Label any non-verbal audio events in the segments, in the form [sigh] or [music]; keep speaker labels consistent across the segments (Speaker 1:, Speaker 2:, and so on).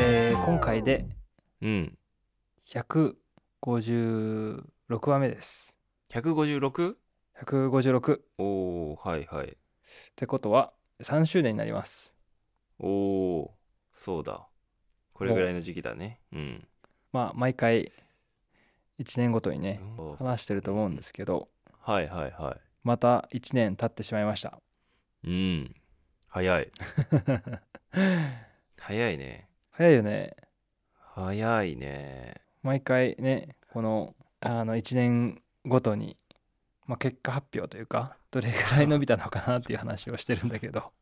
Speaker 1: えー今回で
Speaker 2: うん。
Speaker 1: 156話目です。
Speaker 2: 156?
Speaker 1: 156っ
Speaker 2: おー、はいはい。
Speaker 1: てことは3周年になります。
Speaker 2: おー、そうだ。これぐらいの時期だね。うん。
Speaker 1: まあ毎回1年ごとにね
Speaker 2: そうそう
Speaker 1: 話してると思うんですけど
Speaker 2: はいはいは
Speaker 1: また1年経ってしまいました。 [laughs]
Speaker 2: い。うん。早い。早いね。
Speaker 1: 早いよね
Speaker 2: 早いね。
Speaker 1: 毎回ねこのあの1年ごとに、まあ、結果発表というかどれぐらい伸びたのかなっていう話をしてるんだけど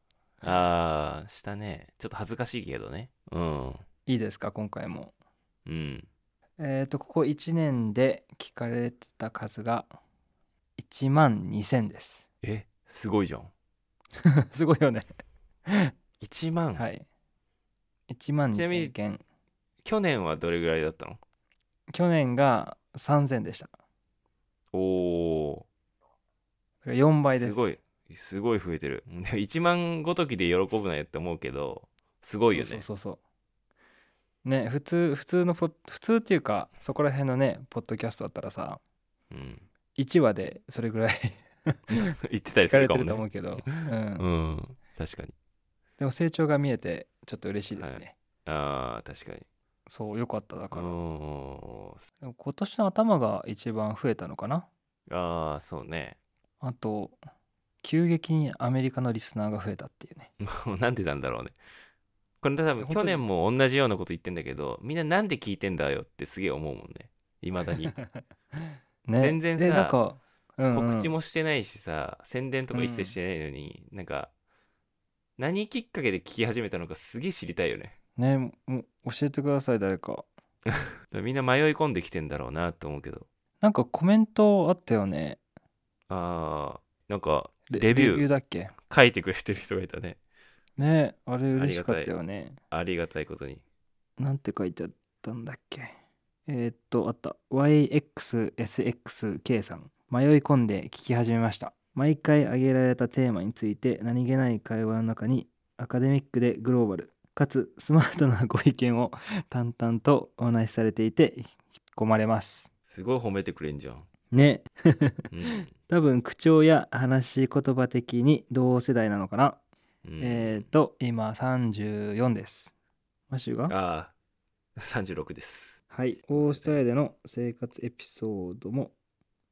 Speaker 2: あー、したね。ちょっと恥ずかしいけどね。うん。
Speaker 1: いいですか今回も。
Speaker 2: うん。
Speaker 1: えっ、とここ1年で聞かれてた数が1万2000です。 [laughs]
Speaker 2: え、すごいじゃん。
Speaker 1: すごいよね。
Speaker 2: 1万、
Speaker 1: はい。1万
Speaker 2: ちなみに
Speaker 1: 2000件。
Speaker 2: 去年はどれぐらいだったの
Speaker 1: 去年が3000でした。だ
Speaker 2: お
Speaker 1: から4
Speaker 2: ー、
Speaker 1: 倍ですす。
Speaker 2: ごい。すごい増えてる。でも1万ごときで喜ぶなよって思うけど、すごいよね。
Speaker 1: そうそうそうそうね普通普通のポッ普通っていうかそこら辺のねポッドキャストだったらさ
Speaker 2: うん、
Speaker 1: 1話でそれぐらい
Speaker 2: [laughs] 言ってたり
Speaker 1: 聞
Speaker 2: す
Speaker 1: かれ
Speaker 2: るか
Speaker 1: て
Speaker 2: も
Speaker 1: ると思
Speaker 2: ね。
Speaker 1: うけど、う、
Speaker 2: うんん、確かに。
Speaker 1: でも成長が見えてちょっと嬉しいですね、
Speaker 2: はああ、確かに。
Speaker 1: そうよかっただから、
Speaker 2: おー
Speaker 1: でも今年の頭が一番増えたのかな
Speaker 2: ああ、そうね。 [laughs]
Speaker 1: あと急激にアメリカのリスナーが増えたっていうね
Speaker 2: もうなんでなんだろうね。これ多
Speaker 1: いや
Speaker 2: 分
Speaker 1: 本当
Speaker 2: 去
Speaker 1: に
Speaker 2: 年も同じようなこと言ってんだけど、みんななんで聞いてんだよってすげえ思うもんね。いまだ
Speaker 1: [laughs]
Speaker 2: に。
Speaker 1: ね
Speaker 2: 全然さ
Speaker 1: でなんか、うんうん
Speaker 2: 告知もしてないしさ、宣伝とか一切してないのに、なんか、何きっかけで聞き始めたのかすげえ知りたいよね。
Speaker 1: ねもう教えてください誰か
Speaker 2: だからみんな迷い込んできてんだろうなと思うけど。
Speaker 1: なんかコメントあったよね
Speaker 2: ああ、なんか、
Speaker 1: レ
Speaker 2: レビュー
Speaker 1: レビューだっけ
Speaker 2: 書いてくれてる人がいたね。
Speaker 1: ねあれ嬉しかったよね。
Speaker 2: ありがたいことに。
Speaker 1: なんて書いてあったんだっけえーっと、あった。YXSXK さん。迷い込んで聞き始めました。毎回挙げられたテーマについて何気ない会話の中にアカデミックでグローバル、かつスマートなご意見を [laughs] 淡々とお話しされていて引き込まれます。
Speaker 2: すごい褒めてくれんじゃん。
Speaker 1: ね。
Speaker 2: うん
Speaker 1: 多分口調や話し言葉的に同世代なのかな。
Speaker 2: うん
Speaker 1: えーっと、今34です。マシューが
Speaker 2: ああ、36です。
Speaker 1: はい、オーストラリアでの生活エピソードも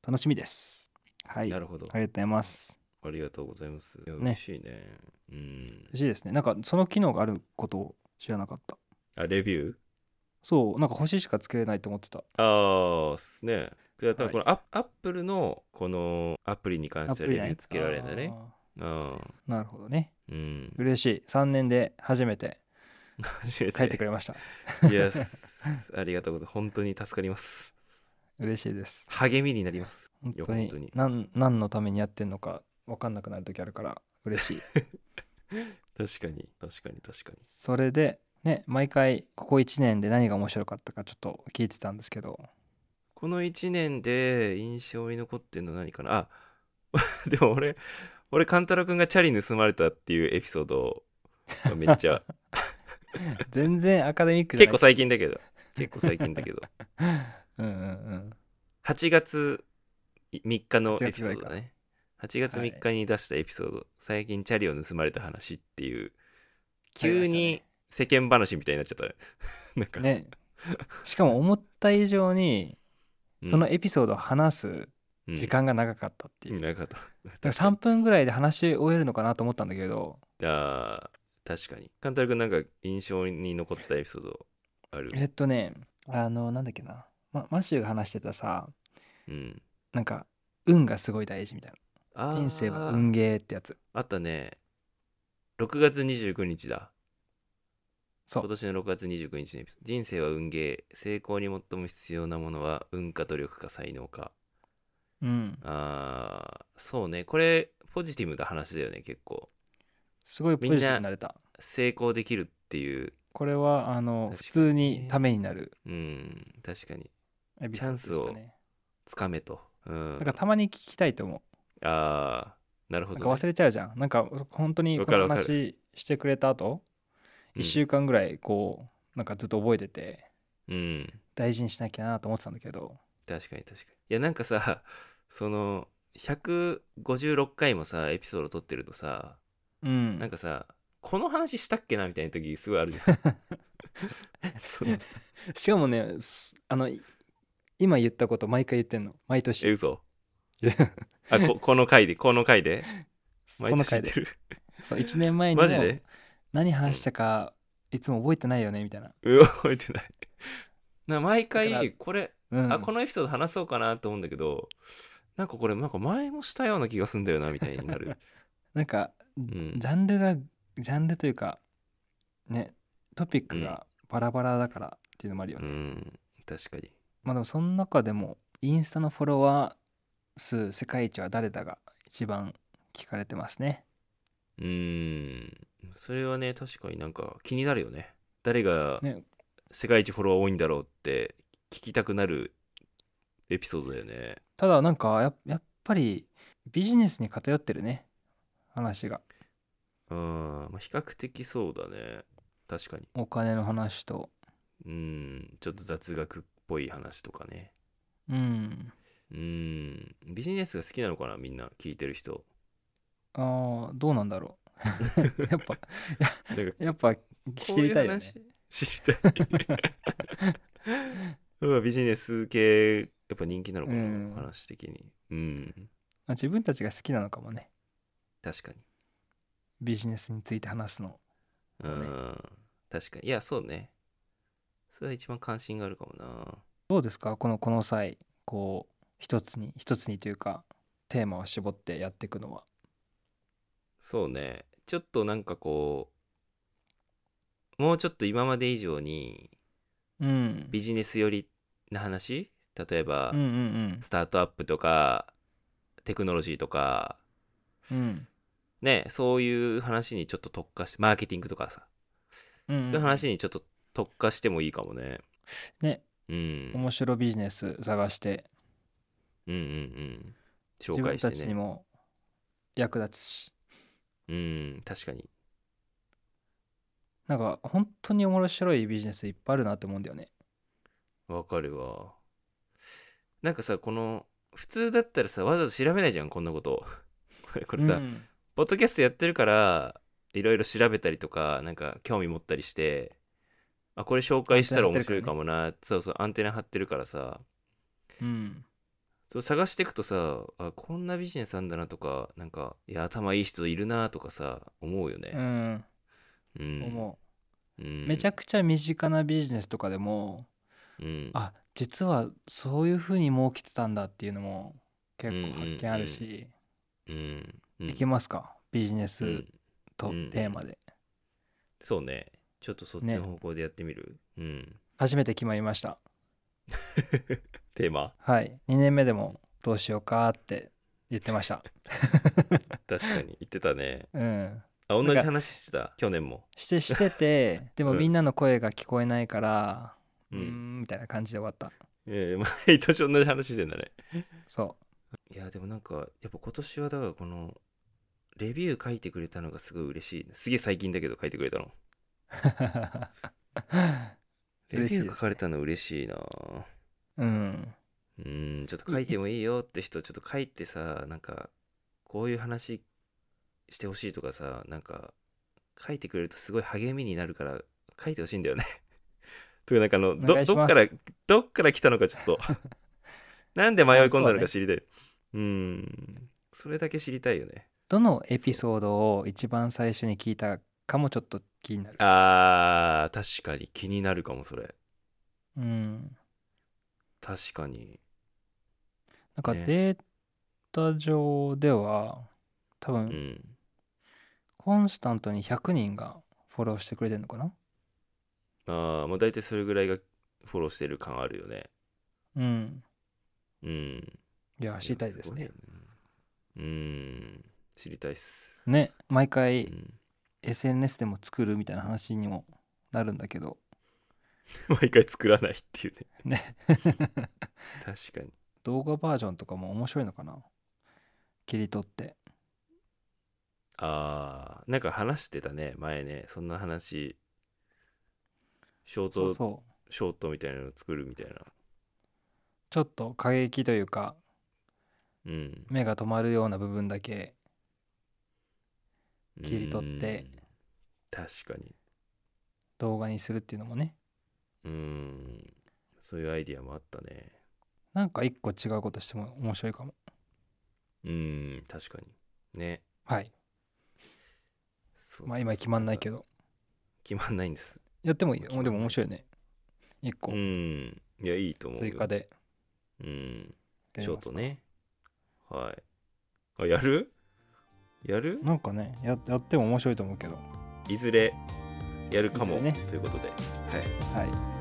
Speaker 1: 楽しみです。はい、あ
Speaker 2: な
Speaker 1: りが
Speaker 2: るほど。
Speaker 1: とうございます。
Speaker 2: ありがとうございます。いや
Speaker 1: ね
Speaker 2: 嬉しいね。うん。
Speaker 1: 嬉しいですね。なんかその機能があることを知らなかった。
Speaker 2: あ、レビュー
Speaker 1: そう、なんか星しかつけれないと思ってた。
Speaker 2: ああ、ですね。じゃあ多
Speaker 1: はい
Speaker 2: 分このアッアップルのこのアプリに関してはレビ
Speaker 1: な
Speaker 2: ュ
Speaker 1: い
Speaker 2: ーつけられるんだね。。うん。
Speaker 1: あーなるほどね。
Speaker 2: うん。
Speaker 1: 嬉しい。3年で初めて
Speaker 2: 初め
Speaker 1: 書いてく
Speaker 2: れ。
Speaker 1: れました。
Speaker 2: いや、すありがとうございます。本当に助かります。
Speaker 1: 嬉しいです。
Speaker 2: 励みになります。
Speaker 1: 本
Speaker 2: や
Speaker 1: 当に
Speaker 2: 本当に
Speaker 1: なん何のためにやってんのか分かんなくなる時あるから嬉しい。 [laughs]
Speaker 2: 確かに、確かに、確かに。
Speaker 1: それで、ね、毎回ここ1年で何が面白かったかちょっと聞いてたんですけど。
Speaker 2: この1年で印象に残ってるの何かなあ [laughs] でも俺俺勘太郎くんがチャリ盗まれたっていうエピソードがめっ
Speaker 1: [laughs]
Speaker 2: ちゃ
Speaker 1: 全然アカデミックじゃ
Speaker 2: 結
Speaker 1: ない
Speaker 2: 構最近だけど結構最近だけど [laughs]
Speaker 1: うんうんうん
Speaker 2: 8月3日のエピソードだね8月
Speaker 1: はい
Speaker 2: 3日に出したエピソード、最近チャリを盗まれた話ってい
Speaker 1: あ
Speaker 2: う
Speaker 1: りま
Speaker 2: 急
Speaker 1: したね
Speaker 2: に世間話みたいになっちゃったね [laughs] なんか、
Speaker 1: ねしかも思った以上に
Speaker 2: うん
Speaker 1: そのエピソードを話す
Speaker 2: うん
Speaker 1: 時間が長かったっていう、
Speaker 2: うん長かった
Speaker 1: だから3分ぐらいで話し終えるのかなと思ったんだけど
Speaker 2: あー確かに勘太郎くんなんか印象に残ったエピソードある
Speaker 1: えっとねあのなんだっけな、ま、マシューが話してたさ
Speaker 2: うん、
Speaker 1: なんか運がすごい大事みたい
Speaker 2: あ
Speaker 1: な
Speaker 2: ー
Speaker 1: 人生は運ゲーってやつ
Speaker 2: あったね6月29日だ
Speaker 1: そ
Speaker 2: 今
Speaker 1: う
Speaker 2: 年の6月29日のエピソード人生は運ゲー成功に最も必要なものは運か努力か才能か
Speaker 1: うん
Speaker 2: あーそうねこれポジティブな話だよね結構
Speaker 1: すごいポジティブになれた
Speaker 2: 成功できるっていう
Speaker 1: これはあの
Speaker 2: 確かにね
Speaker 1: 普通にためになる
Speaker 2: うん確かに
Speaker 1: エピソードでした
Speaker 2: チャン
Speaker 1: ね
Speaker 2: つかめとうん
Speaker 1: なんかたまに聞きたいと思う
Speaker 2: あーなるほ
Speaker 1: なん
Speaker 2: ど、
Speaker 1: か
Speaker 2: ね、
Speaker 1: 忘れちゃうじゃん。なんか本当に
Speaker 2: わ
Speaker 1: こ
Speaker 2: かる
Speaker 1: の
Speaker 2: わかる
Speaker 1: 話してくれた後、
Speaker 2: うん
Speaker 1: 1週間ぐらいこう、なんかずっと覚えてて
Speaker 2: うん
Speaker 1: 大事にしなきゃなと思ってたんだけど
Speaker 2: 確かに確かにいやなんかさ [laughs] その156回もさエピソード撮ってるとさ
Speaker 1: うん
Speaker 2: なんかさこの話したっけなみたいな時すごいあるじ
Speaker 1: [laughs]
Speaker 2: ゃんその
Speaker 1: しかもねすあのい今言ったこと毎回言ってんの毎
Speaker 2: え
Speaker 1: 年
Speaker 2: 嘘
Speaker 1: いや
Speaker 2: あここの回でこの回で
Speaker 1: この回
Speaker 2: 毎年知っ
Speaker 1: で
Speaker 2: てる
Speaker 1: [laughs]
Speaker 2: [laughs]
Speaker 1: そう1年前にも
Speaker 2: マジで
Speaker 1: 何話したかいつも覚えてないよねみたいな、
Speaker 2: うん覚えてないな毎
Speaker 1: だから
Speaker 2: 回これ、
Speaker 1: うん、
Speaker 2: あこのエピソード話そうかなと思うんだけどなんかこれなんか前もしたような気がすんだよなみたいになる
Speaker 1: [laughs] なんか、
Speaker 2: ん
Speaker 1: ジャンルがジャンルというかねトピックがバラバラだからっていうのもあるよ
Speaker 2: う
Speaker 1: ね、
Speaker 2: ん確かに
Speaker 1: まあでもその中でもインスタのフォロワー数世界一は誰だが一番聞かれてますね
Speaker 2: うーんそれはね確かになんか気になるよね誰が
Speaker 1: ね
Speaker 2: 世界一フォロワー多いんだろうって聞きたくなるエピソードだよね
Speaker 1: ただなんかややっぱりビジネスに偏ってるね話が
Speaker 2: うんまあ比較的そうだね確かに
Speaker 1: お金の話と
Speaker 2: うんちょっと雑学っぽい話とかね
Speaker 1: うん
Speaker 2: うんビジネスが好きなのかなみんな聞いてる人
Speaker 1: あーどうなんだろう
Speaker 2: [laughs]
Speaker 1: やっぱ
Speaker 2: なんか
Speaker 1: やっぱ知りたいよね
Speaker 2: こうう話知
Speaker 1: [laughs]
Speaker 2: りたいうわビジネス系やっぱ人気なのかな、
Speaker 1: うん
Speaker 2: 話的にうん
Speaker 1: まあ、自分たちが好きなのかもね
Speaker 2: 確かに
Speaker 1: ビジネスについて話すの
Speaker 2: う
Speaker 1: ね
Speaker 2: ん確かにいやそうねそれは一番関心があるかもな
Speaker 1: どうですかこのこの際こう一つに一つにというかテーマを絞ってやっていくのは
Speaker 2: そうねちょっとなんかこうもうちょっと今まで以上に
Speaker 1: うん
Speaker 2: ビジネス寄りな話例えば、
Speaker 1: うんうん
Speaker 2: スタートアップとかテクノロジーとか
Speaker 1: うんうん
Speaker 2: ねそういう話にちょっと特化してマーケティングとかさ
Speaker 1: うんうん
Speaker 2: そういう話にちょっと特化してもいいかもね。
Speaker 1: ね
Speaker 2: うん。
Speaker 1: 面白ビジネス探して
Speaker 2: うんうんうん。紹
Speaker 1: 自分
Speaker 2: 介した
Speaker 1: ち
Speaker 2: て
Speaker 1: に
Speaker 2: ね。
Speaker 1: も役立つし
Speaker 2: うん、確かに。
Speaker 1: なんか本当に面白いビジネスいっぱいあるなって思うんだよね
Speaker 2: わかるわ。なんかさ、この、普通だったらさ、わざわざ調べないじゃん、こんなこと。 [laughs] これこれさ、
Speaker 1: うん
Speaker 2: ポッドキャストやってるから、いろいろ調べたりとか、なんか興味持ったりして、あ、これ紹介したら面白いかもな、そうそう、アンテナ張ってるからさ、
Speaker 1: うん
Speaker 2: そう探していくとさあこんなビジネスあんだなとかなんかいや頭いい人いるなとかさ思うよ
Speaker 1: う
Speaker 2: ね、
Speaker 1: ん
Speaker 2: うん
Speaker 1: 思
Speaker 2: う、
Speaker 1: うんめちゃくちゃ身近なビジネスとかでも
Speaker 2: うん、
Speaker 1: あ実はそういうふうに儲けてたんだっていうのも結構発見ある
Speaker 2: うん
Speaker 1: し、
Speaker 2: うん、うん
Speaker 1: いきますかビジネ
Speaker 2: う
Speaker 1: ス
Speaker 2: ん
Speaker 1: と
Speaker 2: うん
Speaker 1: テーマで、
Speaker 2: そうねちょっとそっち
Speaker 1: ね
Speaker 2: の方向でやってみる、うん
Speaker 1: 初めて決まりました
Speaker 2: テーマ
Speaker 1: はい2年目でもどうしようかって言ってました
Speaker 2: 確か [laughs] に言ってたね
Speaker 1: うん
Speaker 2: あ同じ
Speaker 1: なんか
Speaker 2: 話してた去年も
Speaker 1: してして
Speaker 2: [laughs]
Speaker 1: てでも
Speaker 2: うん
Speaker 1: みんなの声が聞こえないからう
Speaker 2: う
Speaker 1: ーん
Speaker 2: ん、
Speaker 1: みたいな感じで終わった
Speaker 2: えー [laughs] 毎年同じ話してんだね
Speaker 1: そ
Speaker 2: いやでもなんかやっぱ今年はだからこのレビュー書いてくれたのがすごい嬉しいねすげえ最近だけど書いてくれたの
Speaker 1: う
Speaker 2: レビ
Speaker 1: 嬉しい
Speaker 2: ュ
Speaker 1: で
Speaker 2: ー
Speaker 1: す
Speaker 2: 書かれたの嬉しいな [laughs]
Speaker 1: うん
Speaker 2: うんちょっと書いてもいいよって人ちょっと書いてさなんかこういう話してほしいとかさなんか書いてくれるとすごい励みになるから書いてほしいんだよね [laughs] というかな
Speaker 1: お
Speaker 2: んかあの
Speaker 1: 願
Speaker 2: ど
Speaker 1: いし
Speaker 2: ど
Speaker 1: ま
Speaker 2: っ
Speaker 1: す
Speaker 2: からどっから来たのかちょ
Speaker 1: [laughs]
Speaker 2: っとなんで迷い込んだの
Speaker 1: あそうね
Speaker 2: か知りたいう,、んそれだけ知りたいよね
Speaker 1: どのエピソードを一番最初に聞いたかもちょっと気になる
Speaker 2: あー確かに気になるかもそれ
Speaker 1: うん
Speaker 2: 確かに
Speaker 1: なんか
Speaker 2: ね
Speaker 1: データ上では多
Speaker 2: う
Speaker 1: 分
Speaker 2: ん
Speaker 1: コンスタントに100人がフォローしてくれてるのかな
Speaker 2: ああもう大体それぐらいがフォローしてる感あるよね
Speaker 1: うん
Speaker 2: うん
Speaker 1: いや知りたいですね
Speaker 2: や。ごいよねうん、知りたいっす。
Speaker 1: ね毎
Speaker 2: う
Speaker 1: 回
Speaker 2: ん
Speaker 1: SNS でも作るみたいな話にもなるんだけど
Speaker 2: 毎回作らないっていうね。
Speaker 1: ね
Speaker 2: 確かに。
Speaker 1: 動画バージョンとかも面白いのかな切り取って
Speaker 2: ああ、なんか話してたね、前ね、そんな話ショー
Speaker 1: そう
Speaker 2: ト
Speaker 1: そう
Speaker 2: ショートみたいなの作るみたいな
Speaker 1: ちょっと過激というか
Speaker 2: うん
Speaker 1: 目が止まるような部分だけ切り取って
Speaker 2: うん確かに
Speaker 1: 動画にするっていうのもね
Speaker 2: うんそういうアイディアもあったね
Speaker 1: なんか一個違うことしても面白いかも
Speaker 2: うん確かにね
Speaker 1: はいまあ今決まんないけ
Speaker 2: ど
Speaker 1: ど
Speaker 2: 決まんないんです
Speaker 1: やってもいい
Speaker 2: 決ま
Speaker 1: よ
Speaker 2: ん
Speaker 1: で
Speaker 2: ない
Speaker 1: も面白いね一個
Speaker 2: うんいやいいと思うよ
Speaker 1: 追加で
Speaker 2: うん
Speaker 1: やり
Speaker 2: ショー
Speaker 1: ます
Speaker 2: トねはいあやるやる
Speaker 1: なんかねややっても面白いと思うけど
Speaker 2: いずれやるかも、
Speaker 1: いずれね
Speaker 2: ということではい
Speaker 1: はい